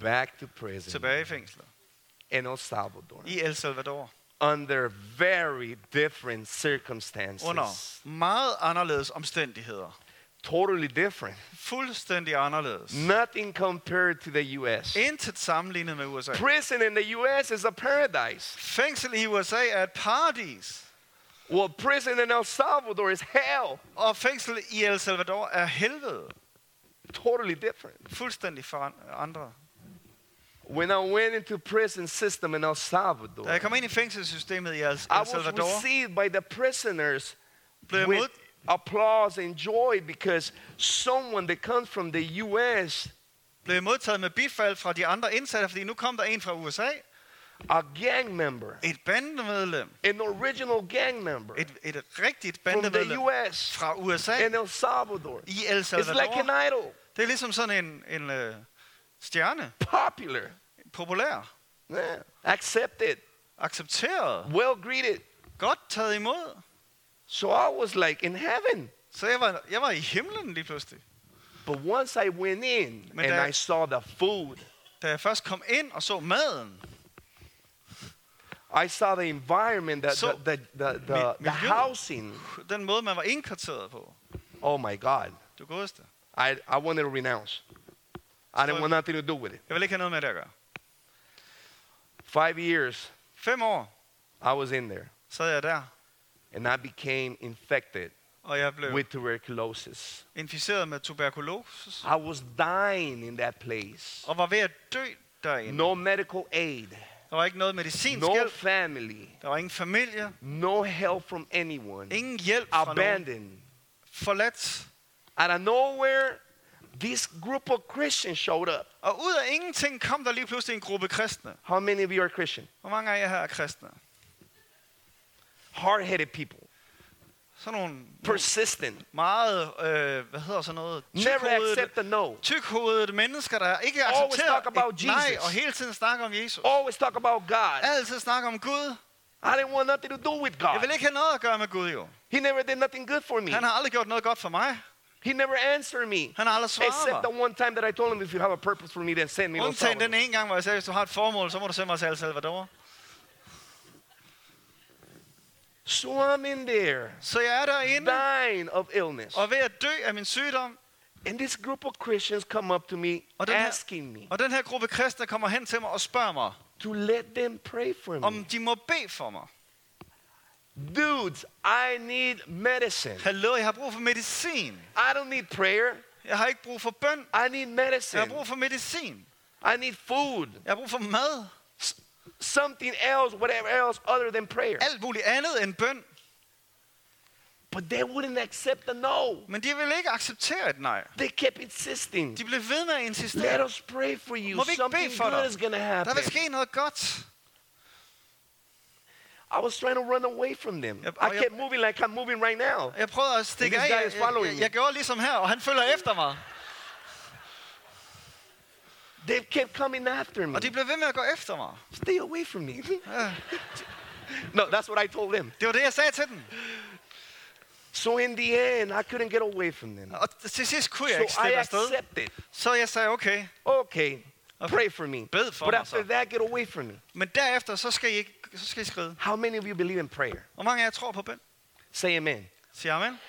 S2: back to prison
S3: tilbage i fængslet.
S2: in El Salvador
S3: I El Salvador.
S2: under very different circumstances.
S3: Oh, Under meget anderledes omstændigheder.
S2: totally different.
S3: Fuldstændig anderledes.
S2: Nothing compared to the U.S.
S3: Intet sammenlignet med USA.
S2: Prison in the U.S. is a paradise.
S3: Fængsel i USA er et paradis.
S2: Well, prison in El Salvador is hell.
S3: Og fængsel i El Salvador er helvede.
S2: Totally different.
S3: Fuldstændig for andre.
S2: When I went into prison system in El Salvador,
S3: Da jeg kom ind i fængselssystemet i El El
S2: I was
S3: Salvador,
S2: received by the prisoners
S3: blev jeg
S2: with
S3: mod,
S2: applause and joy because someone that comes from the U.S.
S3: blev jeg modtaget med bifald fra de andre indsatte, fordi nu kom der en fra USA,
S2: a gang member,
S3: et bandemedlem,
S2: an original gang member
S3: et, et rigtigt
S2: from the
S3: bandemedlem
S2: U.S.
S3: fra USA
S2: and El Salvador.
S3: i El
S2: It's like an
S3: Salvador.
S2: idol,
S3: Det er ligesom sådan en, en øh, stjerne,
S2: popular,
S3: populær,
S2: yeah, accepted,
S3: accepteret,
S2: well greeted.
S3: godt taget imod.
S2: So I was like in heaven.
S3: Så jeg var, jeg var i himlen lige pludselig.
S2: But once I went in
S3: Med
S2: and
S3: der-
S2: I saw the food,
S3: Da jeg først kom ind og så maden,
S2: I saw the environment, the,
S3: So-
S2: the, the, the,
S3: Mi-
S2: the, the
S3: milieu.
S2: housing.
S3: den måde, man var indkvarteret på,
S2: Oh my God.
S3: du godeste.
S2: I, I wanted to renounce. I didn't
S3: So-
S2: want nothing to do with it.
S3: Jeg vil ikke have noget med det at gøre.
S2: Five years
S3: Fem år
S2: I was in there
S3: sad jeg der,
S2: and I became infected
S3: og jeg blev
S2: with tuberculosis.
S3: inficeret med tuberkulose,
S2: I was dying in that place.
S3: og var ved at dø derinde.
S2: No medical aid,
S3: Der var ikke noget medicinsk
S2: no
S3: hjælp,
S2: family,
S3: der var ingen familie,
S2: no help from anyone.
S3: ingen hjælp fra nogen.
S2: Abandoned.
S3: Forladt.
S2: Out of nowhere, this group of Christians showed up.
S3: Og ud af ingenting kom der lige pludselig en gruppe kristne.
S2: How many of you are Christian?
S3: Hvor mange af jer her er kristne?
S2: Hard headed people,
S3: Sådan nogle
S2: persistent,
S3: meget, øh, hvad hedder sådan noget,
S2: never
S3: tykhovedet,
S2: accept a no,
S3: tykhovedet mennesker, der ikke
S2: Always
S3: accepterer
S2: talk about
S3: et nej,
S2: Jesus.
S3: og hele tiden snakker om Jesus.
S2: always talk about God.
S3: Altid snakker om Gud.
S2: I didn't want nothing to do with
S3: Jeg
S2: God.
S3: vil ikke have noget at gøre med Gud, jo.
S2: He never did nothing good for me,
S3: Han har aldrig gjort noget godt for mig.
S2: He never answered me.
S3: Han har aldrig
S2: Except
S3: svaret
S2: the
S3: mig.
S2: one time that I told him, if you have a purpose for me, then send me. to El
S3: Undtagen den
S2: Salvador."
S3: ene gang, hvor jeg sagde, hvis du har et formål, så må du sende mig til El Salvador.
S2: So I'm in there,
S3: Så jeg er derinde,
S2: dying of illness.
S3: og ved at dø af min sygdom,
S2: And this group of Christians come up to me
S3: Og den her-
S2: asking me
S3: og den her gruppe kristne kommer hen til mig og spørger mig,
S2: to let them pray for me.
S3: om de må bede for mig.
S2: Dudes, I need medicine.
S3: Hallo, jeg har brug for medicin.
S2: I don't need prayer.
S3: Jeg har ikke brug for bøn.
S2: I need
S3: Jeg har
S2: medicine.
S3: brug for medicin.
S2: I need food.
S3: Jeg har brug for mad.
S2: Something else, whatever else other than prayer.
S3: Alt muligt andet end bøn.
S2: But they wouldn't accept the no.
S3: Men de vil ikke acceptere et nej.
S2: They kept insisting.
S3: De blev ved med at
S2: Let
S3: insistere.
S2: us pray for you.
S3: Må vi ikke
S2: Something
S3: bede for
S2: good
S3: dig?
S2: is going to
S3: Der
S2: happen.
S3: vil ske noget godt.
S2: I was trying to run away from them.
S3: Yep,
S2: I
S3: oh, yep.
S2: kept moving like I'm moving right now.
S3: Jeg prøvede at stikke
S2: And
S3: af.
S2: this guy
S3: Jeg,
S2: is
S3: jeg,
S2: following
S3: jeg,
S2: me.
S3: jeg gjorde ligesom her, og han følger efter mig.
S2: They kept coming after me.
S3: Og de blev ved med at gå efter mig.
S2: Stay away from me.
S3: Ja.
S2: no, that's what I told them.
S3: Det var det, jeg sagde til dem.
S2: So in the end, I couldn't get away from them.
S3: Og til sidst kunne jeg ikke
S2: So I
S3: slippe afsted.
S2: accepted.
S3: Så jeg sagde, okay,
S2: Okay,
S3: Okay.
S2: pray for me.
S3: Bed for
S2: but
S3: mig
S2: after
S3: så.
S2: that, get away from me.
S3: men derefter, så skal I, ikke, så skal I skride.
S2: How many of you believe in prayer?
S3: Hvor mange af jer tror på bøn?
S2: Say amen.
S3: Siger amen.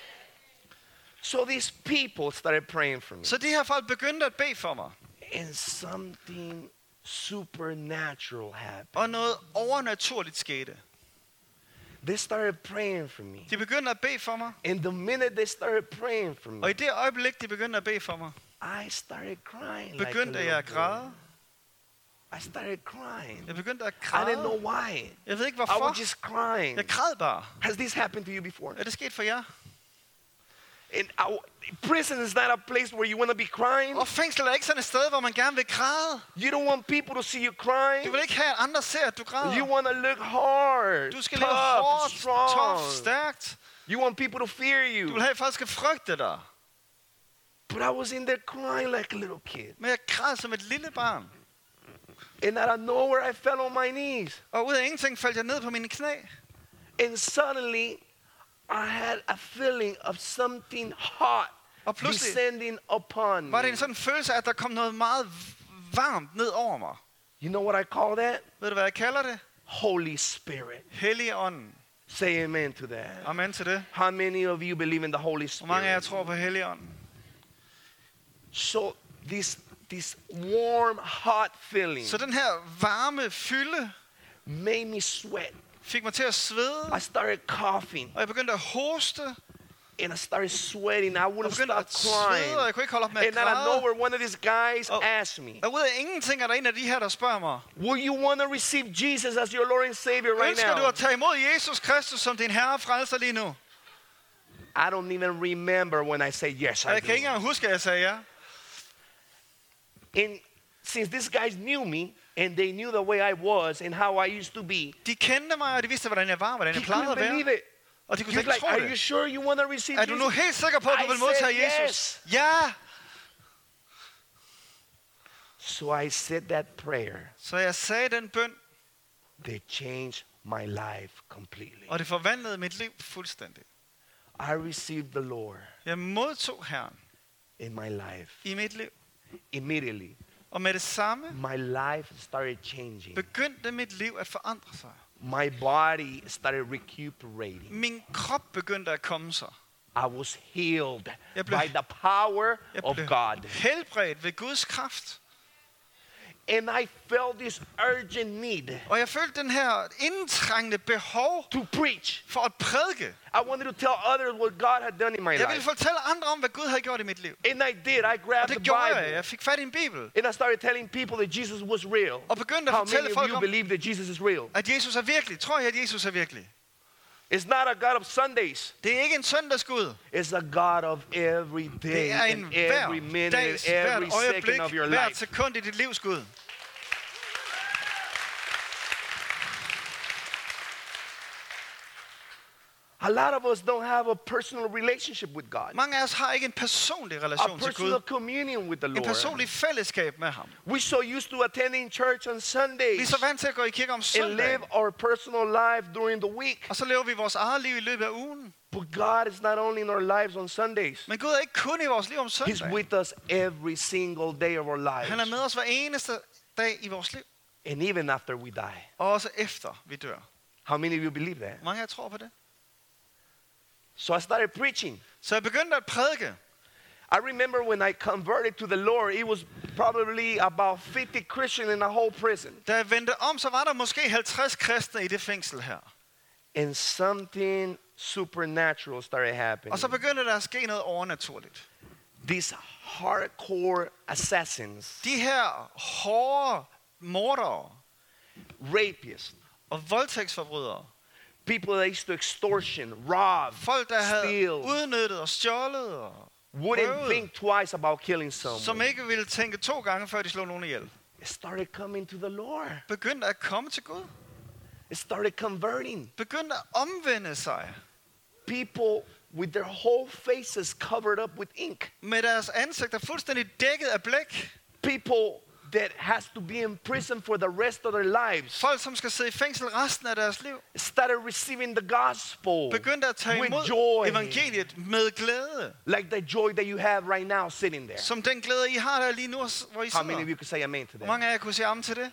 S2: So these people started praying for me.
S3: Så de her folk begyndte at bede for mig.
S2: and something supernatural happened.
S3: Og noget overnaturligt skete.
S2: They started praying for me.
S3: De begyndte at bede for mig.
S2: And the minute they started praying for
S3: Og
S2: me,
S3: i det øjeblik, de begyndte at bede for mig,
S2: I started crying. Like a
S3: begyndte jeg
S2: little
S3: at
S2: boy.
S3: græde.
S2: I started crying.
S3: Jeg begyndte at
S2: I didn't know
S3: græde.
S2: why.
S3: Jeg ved ikke,
S2: I was
S3: hvorfor.
S2: just crying.
S3: Jeg græd bare.
S2: Has this happened to you before?
S3: Er det sket for jer?
S2: And I, prison is not a place where you want to be crying.
S3: Og fængsel er ikke sådan et sted, hvor man gerne vil græde.
S2: You don't want people to see you
S3: Du
S2: crying.
S3: vil ikke have, at andre ser, at du græder.
S2: You want to look hard,
S3: Du skal leve
S2: tough,
S3: hårdt, tough,
S2: strong.
S3: stærkt.
S2: You want people to fear
S3: Du vil
S2: you.
S3: have, at folk skal frygte dig.
S2: But I was in there crying like a little kid.
S3: Men jeg græd som et lille barn.
S2: And out of nowhere, I fell on my knees.
S3: Og ud af ingenting faldt jeg ned på mine knæ.
S2: And suddenly, I had a feeling of something hot
S3: Og pludselig
S2: descending upon
S3: var det
S2: me.
S3: en sådan følelse, af, at der kom noget meget v- varmt ned over mig.
S2: You know what I call that?
S3: Ved du, hvad jeg kalder det?
S2: Holy Spirit.
S3: Helligånden.
S2: Say amen to that.
S3: Amen til det.
S2: How many of you believe in the Holy
S3: Hvor mange af jer
S2: Spirit?
S3: tror på Helligånden?
S2: So this this warm, hot feeling
S3: Så den her varme fylde
S2: made me sweat.
S3: fik mig til at svede,
S2: I started coughing
S3: og jeg begyndte at hoste,
S2: and I started sweating. I
S3: og
S2: wouldn't
S3: begyndte
S2: stop
S3: at svede, og
S2: crying.
S3: jeg kunne ikke holde op med at
S2: And out of
S3: græde.
S2: nowhere, one of these guys
S3: Oh.
S2: asked me,
S3: Og ud af ingenting er der en af de her, der spørger mig,
S2: Will you want to receive Jesus as your Lord and Savior right
S3: ønsker du
S2: now?
S3: at tage imod Jesus Kristus som din herre og frelser lige nu?
S2: I don't even remember when I said yes.
S3: Og
S2: I
S3: jeg kan
S2: do.
S3: ikke engang huske, at jeg sagde ja.
S2: And since these guys knew me and they knew the way I was and how I used to be,
S3: De kendte mig, og de vidste, hvordan jeg var, hvordan jeg
S2: he
S3: plejede
S2: couldn't
S3: at være.
S2: believe it.
S3: Og de kunne
S2: He was
S3: slet ikke
S2: like,
S3: tro
S2: Are you
S3: det.
S2: sure you want to receive
S3: Er du nu
S2: Jesus?
S3: helt sikker på, at du
S2: I
S3: vil modtage
S2: said
S3: Jesus?
S2: yes.
S3: Ja!
S2: So I said that prayer.
S3: Så jeg sagde den bøn,
S2: They changed my life completely.
S3: og det forvandlede mit liv fuldstændig.
S2: I received the Lord
S3: Jeg modtog Herren
S2: in my life.
S3: i mit liv,
S2: Immediately,
S3: og med det samme
S2: my life started changing.
S3: begyndte mit liv at forandre sig.
S2: My body started recuperating.
S3: Min krop begyndte at komme sig.
S2: I was healed
S3: Jeg blev-
S2: by the power
S3: Jeg
S2: of
S3: blev
S2: Oh God.
S3: helbredt ved Guds kraft.
S2: And I felt this urgent need
S3: Og jeg følte den her indtrængende behov
S2: to preach.
S3: for at prædike.
S2: I wanted to tell others what God had done in my
S3: Jeg ville
S2: life.
S3: fortælle andre om, hvad Gud havde gjort i mit liv.
S2: And I did. I
S3: Og
S2: grabbed the
S3: det gjorde jeg.
S2: Bible.
S3: Jeg fik fat i en bibel.
S2: And I started telling people that Jesus was real.
S3: Og begyndte at
S2: How many
S3: fortælle
S2: of
S3: folk
S2: you
S3: om,
S2: believe that Jesus is real?
S3: at Jesus er virkelig. Tror jeg, at Jesus er virkelig?
S2: It's not a God of Sundays.
S3: Det er ikke en søndagsgud.
S2: It's a God of every day
S3: Det er en
S2: and every
S3: hver
S2: minute and
S3: dags,
S2: every
S3: hvert øjeblik,
S2: second of your
S3: hvert
S2: life.
S3: sekund i dit livs Gud.
S2: A lot of us don't have a personal relationship with God,
S3: Mange af os har ikke en personlig
S2: a
S3: relation til
S2: personal
S3: Gud.
S2: communion with the
S3: En
S2: Lord.
S3: personlig fællesskab med ham.
S2: We're so used to attending church on
S3: Vi er
S2: Sundays
S3: så vant til at gå i kirke om
S2: and
S3: søndag.
S2: live our personal life during the week.
S3: Og så lever vi vores eget liv i løbet af ugen.
S2: But God is not only in our lives on Sundays,
S3: Men Gud er ikke kun i vores liv om
S2: He's
S3: søndag.
S2: with us every single day of our lives.
S3: Han er med os hver eneste dag i vores liv.
S2: And even after we die.
S3: Og også efter vi dør.
S2: How many of you believe that?
S3: Mange af jer tror på det.
S2: So I started preaching.
S3: Så jeg begyndte at prædike.
S2: I remember when I converted to the Lord, it was probably about 50 Christians in the whole prison.
S3: Da jeg vendte om, så var der måske 50 kristne i det fængsel her.
S2: And something supernatural started happening.
S3: Og så begyndte der at ske noget overnaturligt.
S2: These hardcore assassins,
S3: De her hårde mordere
S2: rapists,
S3: og voldtægtsforbrydere,
S2: people that used to extortion, rob,
S3: folk der havde
S2: steal,
S3: udnyttet og stjålet, og
S2: wouldn't
S3: røvet.
S2: think twice about killing
S3: som
S2: someone,
S3: ikke ville tænke to gange, før de slog nogen ihjel,
S2: started coming to the Lord.
S3: begyndte at komme til Gud.
S2: It started converting.
S3: Begyndte at omvende sig
S2: People with their whole faces covered up with ink.
S3: med deres ansigter fuldstændig dækket af blæk.
S2: people that has to be in prison for the rest of their lives
S3: Folk, som skal sidde i fængsel resten af deres liv,
S2: started receiving the gospel
S3: begyndte at tage
S2: with
S3: imod
S2: joy,
S3: evangeliet med glæde.
S2: like the joy that you have right now sitting there.
S3: Som den glæde, I har der lige nu, hvor I
S2: How many of
S3: sidder.
S2: you could say amen to
S3: Hvor
S2: that?
S3: mange af jer kunne sige amen til det?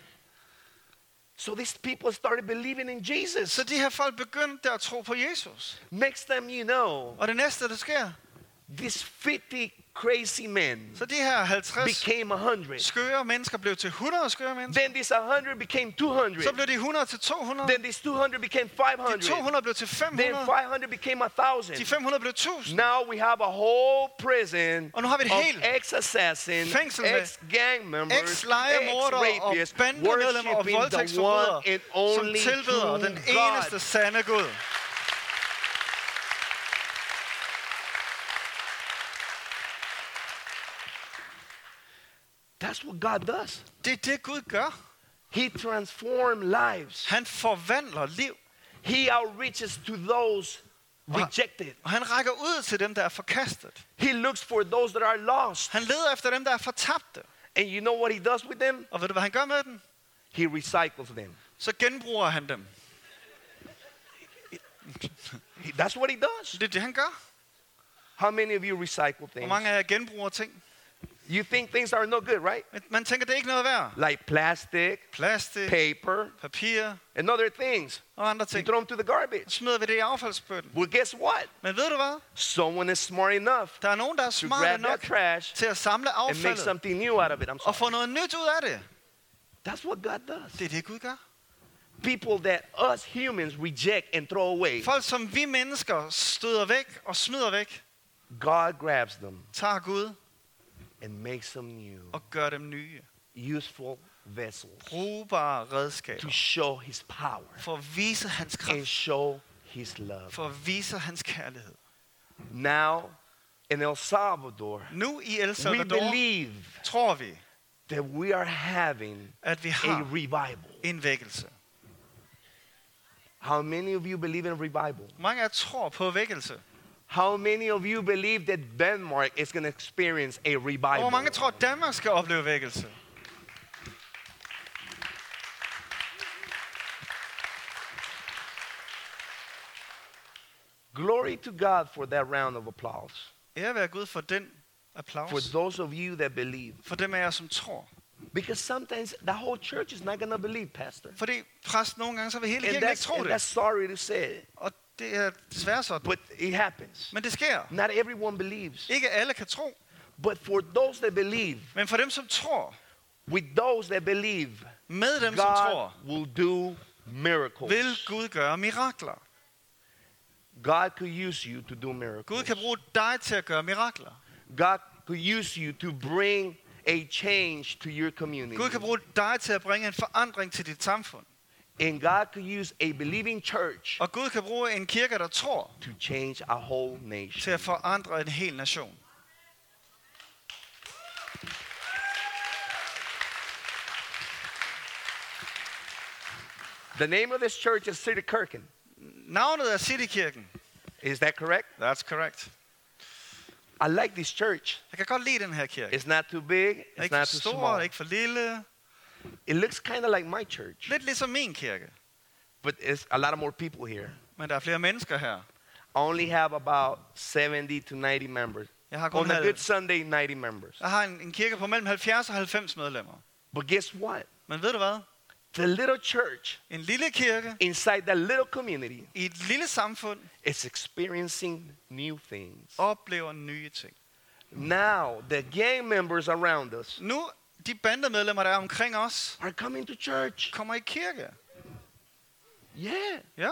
S2: So these people started believing in Jesus.
S3: Så de her folk begyndte at tro på Jesus.
S2: Next time you know,
S3: Og det næste, der sker,
S2: these 50 crazy men
S3: så de her 50
S2: became 100.
S3: skøre mennesker blev til 100 skøre mennesker.
S2: Then these 100 became 200.
S3: Så blev de 100 til 200.
S2: Then these 200 became
S3: De
S2: 500.
S3: 200 blev til
S2: Then
S3: 500.
S2: 500 became a 1,000.
S3: De 500 blev 1000.
S2: Now we have a whole prison
S3: Og nu har vi et
S2: of
S3: helt
S2: ex-assassins,
S3: fængsel med
S2: ex-gang members,
S3: ex-lejemordere og
S2: ex-rapists,
S3: bandemedlemmer og
S2: worshiping the
S3: voldtægtsforbrydere,
S2: one and
S3: som
S2: only
S3: tilbeder
S2: true
S3: den
S2: God.
S3: eneste sande Gud.
S2: That's what God does.
S3: Det er det, Gud gør.
S2: He transforms lives.
S3: Han forvandler liv,
S2: He outreaches to those
S3: Og-
S2: rejected.
S3: og han rækker ud til dem, der er forkastet.
S2: He looks for those that are lost.
S3: Han leder efter dem, der er fortabte.
S2: And you know what he does with them?
S3: Og ved du, hvad han gør med dem?
S2: He recycles them.
S3: Så genbruger han dem.
S2: He- That's what he does.
S3: Det er det, han gør.
S2: How many of you recycle
S3: Hvor
S2: things?
S3: mange af jer genbruger ting?
S2: You think things are no good, right?
S3: Men Man tænker, det er ikke noget værd.
S2: Like plastic,
S3: Plastik,
S2: paper,
S3: papir
S2: and other things.
S3: og andre
S2: You
S3: ting.
S2: throw them to the
S3: Så
S2: garbage.
S3: Smider vi det i affaldsbøtten.
S2: Well, guess what?
S3: Men ved du hvad?
S2: Someone is smart enough
S3: Der er nogen, der er
S2: to grab
S3: smarte
S2: that
S3: nok
S2: trash
S3: til at samle
S2: and make
S3: affaldet
S2: something new out of it. I'm
S3: og få
S2: sorry.
S3: noget nyt ud af det.
S2: That's what God does.
S3: Det er det, Gud gør.
S2: People that us humans reject and throw away,
S3: Folk, som vi mennesker støder væk og smider væk,
S2: God grabs them
S3: tager Gud
S2: and makes them new,
S3: og gør dem nye.
S2: useful vessels
S3: Brugbare
S2: to
S3: redskaber.
S2: show His power
S3: For at vise hans
S2: and
S3: kraft.
S2: show His love.
S3: For at vise hans kærlighed.
S2: Now, in El Salvador,
S3: Nu i El
S2: we
S3: Salvador
S2: believe
S3: tror vi,
S2: that we are having
S3: at vi
S2: a
S3: har
S2: revival.
S3: en vækkelse.
S2: How many of you believe in revival?
S3: Mange af jer tror på vækkelse.
S2: How many of you believe that Denmark is going to experience a
S3: Og
S2: revival?
S3: hvor mange tror, at Danmark skal opleve vækkelse?
S2: Glory to God for that round of applause.
S3: Ære være Gud for den applaus.
S2: For those of you that believe.
S3: For dem af jer, som tror.
S2: Because sometimes the whole church is not going to believe, Pastor.
S3: Fordi præst nogle gange, så vil hele
S2: And
S3: kirken ikke
S2: that's,
S3: tro
S2: and that's
S3: det.
S2: sorry to say it,
S3: Og det er desværre sådan.
S2: but it happens.
S3: Men det sker.
S2: Not everyone believes.
S3: Ikke alle kan tro.
S2: But for those that believe,
S3: Men for dem, som tror,
S2: with those that believe,
S3: med dem, som
S2: God
S3: tror,
S2: will do miracles.
S3: vil Gud gøre mirakler.
S2: God could use you to do miracles.
S3: Gud kan bruge dig til at gøre mirakler.
S2: God could use you to bring a change to your community.
S3: Gud kan bruge dig til at bringe en forandring til dit samfund.
S2: And God could use a believing church
S3: Og Gud kan bruge en kirke, der tror,
S2: to change a whole
S3: til
S2: nation.
S3: at forandre en hel nation.
S2: The name of this church is City Kirken.
S3: Navnet er Citykirken.
S2: Is that correct?
S3: That's correct.
S2: I like this church.
S3: Jeg kan godt lide den her kirke.
S2: It's not too big.
S3: Den er
S2: It's
S3: ikke
S2: not
S3: for
S2: too
S3: stor,
S2: small.
S3: ikke for lille.
S2: It looks kind of like my church,
S3: Lidt ligesom min kirke.
S2: but it's a lot of more people here.
S3: Men der er flere mennesker her.
S2: I only have about 70 to 90 members.
S3: Jeg har, kun
S2: On a
S3: halv...
S2: good Sunday, 90 members.
S3: jeg har en, en kirke på mellem 70 og 90 medlemmer.
S2: But guess what?
S3: Men ved du hvad?
S2: The little church
S3: En lille kirke
S2: inside that little community
S3: i et lille samfund
S2: is experiencing new things.
S3: Oh. oplever nye ting.
S2: Now, the gang members around us
S3: Nu, de bandemedlemmer, der er omkring os,
S2: are coming to church.
S3: kommer i kirke.
S2: Yeah.
S3: Ja.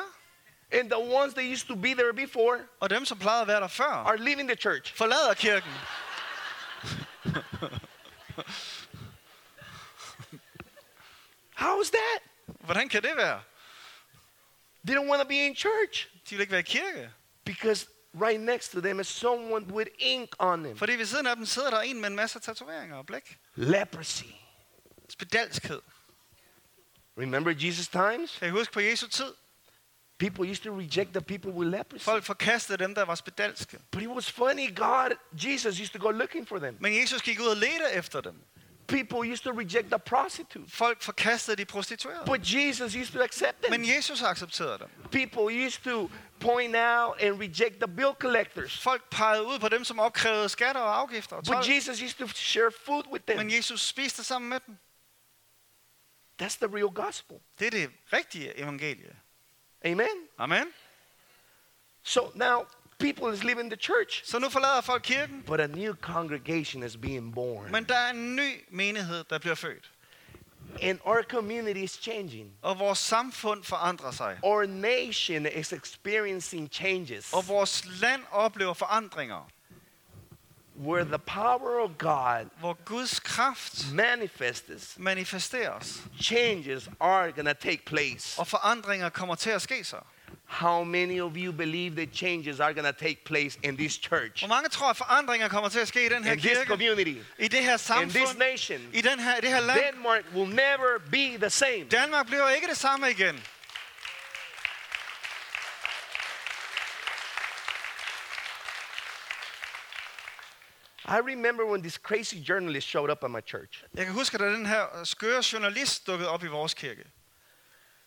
S2: And the ones that used to be there before
S3: Og dem, som plejede at være der før,
S2: are leaving the church.
S3: forlader kirken.
S2: How is that?
S3: Hvordan kan det være?
S2: They don't want to be in church
S3: De vil ikke være i kirke.
S2: because right next to them is someone with ink on them.
S3: Fordi ved siden af dem sidder der en med en masse tatoveringer og blæk.
S2: Leprosy.
S3: Spedalskhed.
S2: Remember Jesus' times?
S3: Kan I huske på Jesu tid?
S2: People used to reject the people with leprosy.
S3: Folk forkastede dem, der var spedalske.
S2: But it was funny. God, Jesus used to go looking for them.
S3: Men Jesus gik ud og ledte efter dem.
S2: People used to reject the prostitutes.
S3: Folk forkastede de prostituerede.
S2: But Jesus used to accept them.
S3: Men Jesus accepterede dem.
S2: People used to point out and reject the bill collectors.
S3: Folk pegede ud på dem, som opkrævede skatter og afgifter og
S2: But
S3: told.
S2: Jesus used to share food with them.
S3: Men Jesus spiste sammen med dem.
S2: That's the real gospel.
S3: Det er det rigtige evangelie.
S2: Amen.
S3: Amen.
S2: So now people is leaving the church,
S3: Så nu forlader folk kirken,
S2: but a new congregation is being born.
S3: men der er en ny menighed, der bliver født.
S2: And our community is changing.
S3: Og vores samfund forandrer sig.
S2: Our nation is experiencing changes
S3: Og vores land oplever forandringer,
S2: where the power of God
S3: hvor Guds kraft
S2: manifests.
S3: manifesteres.
S2: Changes are going to take place.
S3: Og forandringer kommer til at ske sig.
S2: How many of you believe that changes are going to take place in this church,
S3: Hvor mange tror, at forandringer kommer til at ske i den her
S2: in this
S3: kirke,
S2: community,
S3: i det her
S2: in this
S3: samfund,
S2: nation?
S3: i, den her, i det her land?
S2: Denmark will never be the same.
S3: Danmark bliver ikke det samme igen.
S2: I remember when this crazy journalist showed up at my church.
S3: Jeg kan huske, da den her skøre journalist dukkede op i vores kirke.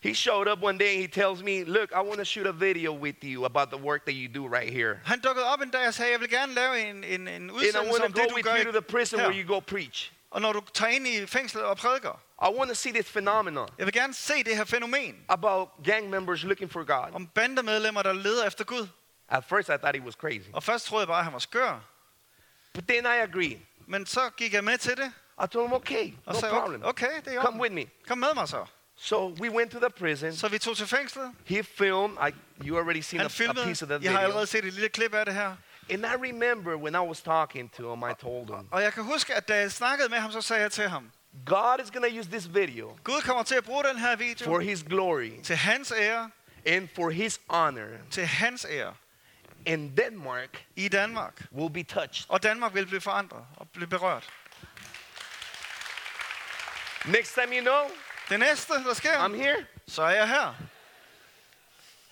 S2: He showed up one day and he tells me, Look, I want to shoot a video with you about the work that you do right here.
S3: Han dukkede op en dag og sagde, jeg vil gerne lave en, en, en
S2: And I want
S3: udsendelse
S2: to
S3: om
S2: go
S3: det, du
S2: with
S3: gør,
S2: you to
S3: i-
S2: the prison
S3: her.
S2: where you go preach.
S3: og når du tager ind i fængslet og prædiker.
S2: I want to see this phenomenon
S3: Jeg vil gerne se det her fænomen
S2: about gang members looking for God.
S3: om bandemedlemmer, der leder efter Gud.
S2: At first, I thought he was crazy.
S3: Og først troede jeg bare, at han var skør.
S2: But then I agreed.
S3: Men så gik jeg med til det,
S2: I told him, Okay,
S3: og
S2: no
S3: sagde,
S2: problem.
S3: okay, okay, det er i
S2: Come
S3: orden.
S2: with me.
S3: Kom med mig så.
S2: So we went to the prison.
S3: Så vi tog til fængslet.
S2: He filmed. I, you already seen a,
S3: Han
S2: a piece of that
S3: filmede. Jeg har
S2: video.
S3: allerede set et lille klip af det her.
S2: And I remember when I was talking to him, I told him,
S3: Og jeg kan huske, at da jeg snakkede med ham, så sagde jeg til ham,
S2: God is going to use this video
S3: Gud kommer til at bruge den her video
S2: for his glory
S3: til hans ære,
S2: and for his honor.
S3: til hans ære
S2: And Denmark
S3: i Danmark.
S2: will be touched.
S3: Og Danmark vil blive forandret og blive berørt.
S2: Next time you know,
S3: Det næste, der
S2: I'm
S3: sker,
S2: here.
S3: så er jeg her.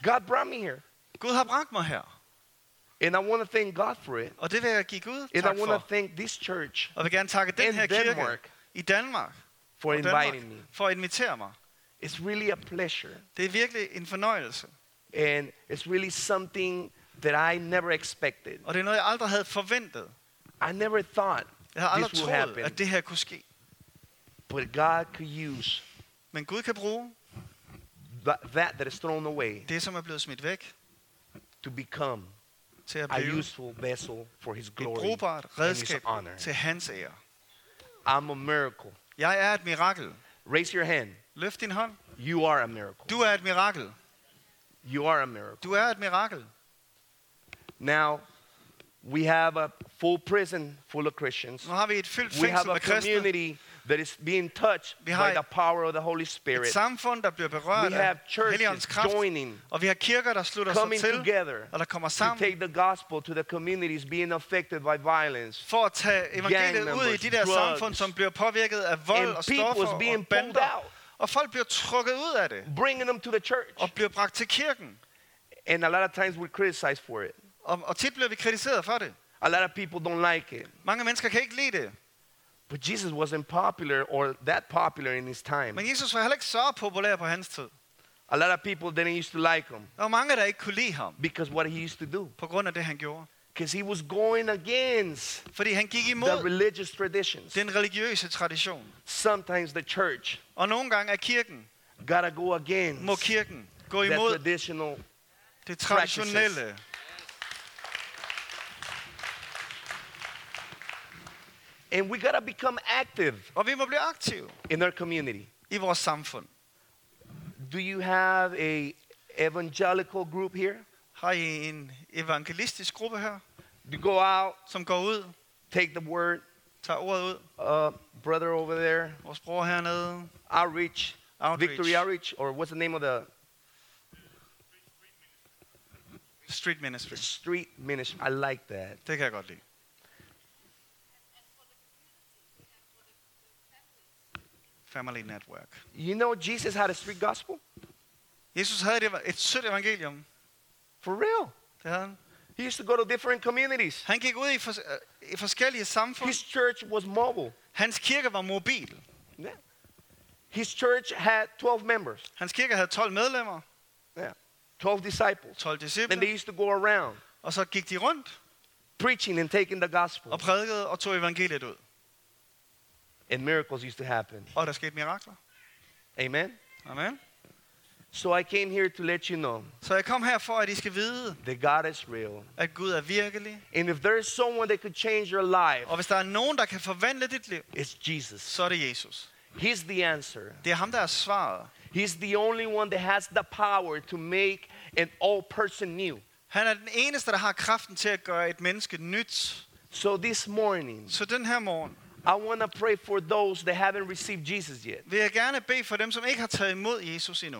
S2: God brought me here.
S3: Gud har bragt mig her.
S2: And I want to thank God for it.
S3: Og det vil jeg give Gud
S2: And I
S3: tak
S2: want to
S3: for.
S2: thank this church
S3: Og vil gerne takke den
S2: in
S3: her kirke
S2: Denmark
S3: i Danmark
S2: for
S3: og Danmark
S2: inviting me.
S3: for at invitere mig.
S2: It's really a pleasure.
S3: Det er virkelig en fornøjelse.
S2: And it's really something that I never expected.
S3: Og det er noget, jeg aldrig havde forventet.
S2: I never thought,
S3: Jeg havde aldrig
S2: This will
S3: troet,
S2: happen.
S3: at det her kunne ske.
S2: but God could use
S3: Men Gud kan bruge
S2: that that, that is thrown away
S3: det, som er blevet smidt væk,
S2: to become
S3: til at
S2: a
S3: blive et
S2: useful vessel for his glory.
S3: brugbart
S2: and his
S3: redskab
S2: honor.
S3: til hans ære.
S2: I'm a miracle.
S3: Jeg er et mirakel.
S2: Raise your hand.
S3: Løft din hånd.
S2: You are a miracle.
S3: Du er et mirakel.
S2: You are a miracle.
S3: Du er et mirakel.
S2: Now, we have a full prison full of Christians.
S3: Nu har vi et fyldt
S2: We have
S3: fængsel
S2: a
S3: med kristne.
S2: community that is being touched
S3: Vi har
S2: by
S3: et-
S2: the power of the Holy
S3: Et
S2: Spirit.
S3: samfund, der bliver berørt
S2: We have
S3: af Helligåndens
S2: churches
S3: kraft.
S2: joining,
S3: Og vi har kirker, der slutter
S2: coming
S3: sig til,
S2: together
S3: og der kommer
S2: to
S3: sammen
S2: take the gospel to the communities being affected by violence.
S3: for at tage evangeliet ud i
S2: members,
S3: de der
S2: drugs.
S3: samfund, som bliver påvirket af vold
S2: And
S3: og stoffer
S2: people's
S3: og
S2: being pulled
S3: bander.
S2: out,
S3: Og folk bliver trukket ud af det
S2: bringing them to the church.
S3: og bliver bragt til kirken.
S2: And a lot of times we're criticized for it.
S3: Og, og tit bliver vi kritiseret for det.
S2: A lot of people don't like it.
S3: Mange mennesker kan ikke lide det.
S2: But Jesus wasn't popular or that popular in his time.
S3: Men Jesus var heller ikke så populær på hans tid.
S2: A lot of people didn't used to like him
S3: Der var mange, der ikke kunne lide ham
S2: because what he used to do.
S3: på grund af det, han gjorde.
S2: Because he was going against
S3: Fordi han gik
S2: the
S3: imod
S2: religious traditions.
S3: den religiøse tradition.
S2: Sometimes the church
S3: Og nogle gange er kirken,
S2: gotta go
S3: må
S2: against
S3: kirken gå
S2: the
S3: imod
S2: traditional.
S3: det traditionelle.
S2: And we gotta become active
S3: Og vi må blive aktive
S2: in our community.
S3: i vores samfund.
S2: Do you have a evangelical group here?
S3: Har I en evangelistisk gruppe her,
S2: You go out,
S3: som går ud,
S2: take the word,
S3: tager ordet ud.
S2: uh, brother over there,
S3: Vores bror hernede,
S2: outreach,
S3: Outreach,
S2: Victory Outreach, or what's the name of the
S3: Street Ministry.
S2: street ministry? I like that.
S3: Det kan jeg godt lide. Family Network.
S2: You know, Jesus had a street gospel
S3: Jesus havde et, eva- et sødt evangelium.
S2: for real.
S3: Det havde han.
S2: He used to go to different communities.
S3: Han gik ud i, fors- øh, i forskellige samfund.
S2: His church was mobile.
S3: Hans kirke var mobil.
S2: Yeah. His church had 12 members,
S3: Hans kirke havde 12 medlemmer,
S2: 12 disciples.
S3: 12
S2: And they
S3: disciple,
S2: used to go around
S3: og så gik de rundt
S2: preaching and taking the gospel.
S3: og prædikede og tog evangeliet ud.
S2: And miracles used to happen.
S3: Og der skete mirakler.
S2: Amen.
S3: Amen.
S2: So I came here to let you know
S3: Så jeg kom her for, at I skal vide,
S2: that God is real.
S3: at Gud er virkelig.
S2: And if there's someone that could change your life,
S3: Og hvis der er nogen, der kan forvandle dit liv,
S2: it's Jesus.
S3: så er det Jesus.
S2: He's the answer.
S3: Det er ham, der er svaret.
S2: He's the only one that has the power to make an old person new.
S3: Han er den eneste, der har kraften til at gøre et menneske nyt.
S2: So this morning,
S3: Så den her morgen
S2: I want to pray for those that haven't received Jesus yet.
S3: vil jeg gerne bede for dem, som ikke har taget imod Jesus endnu.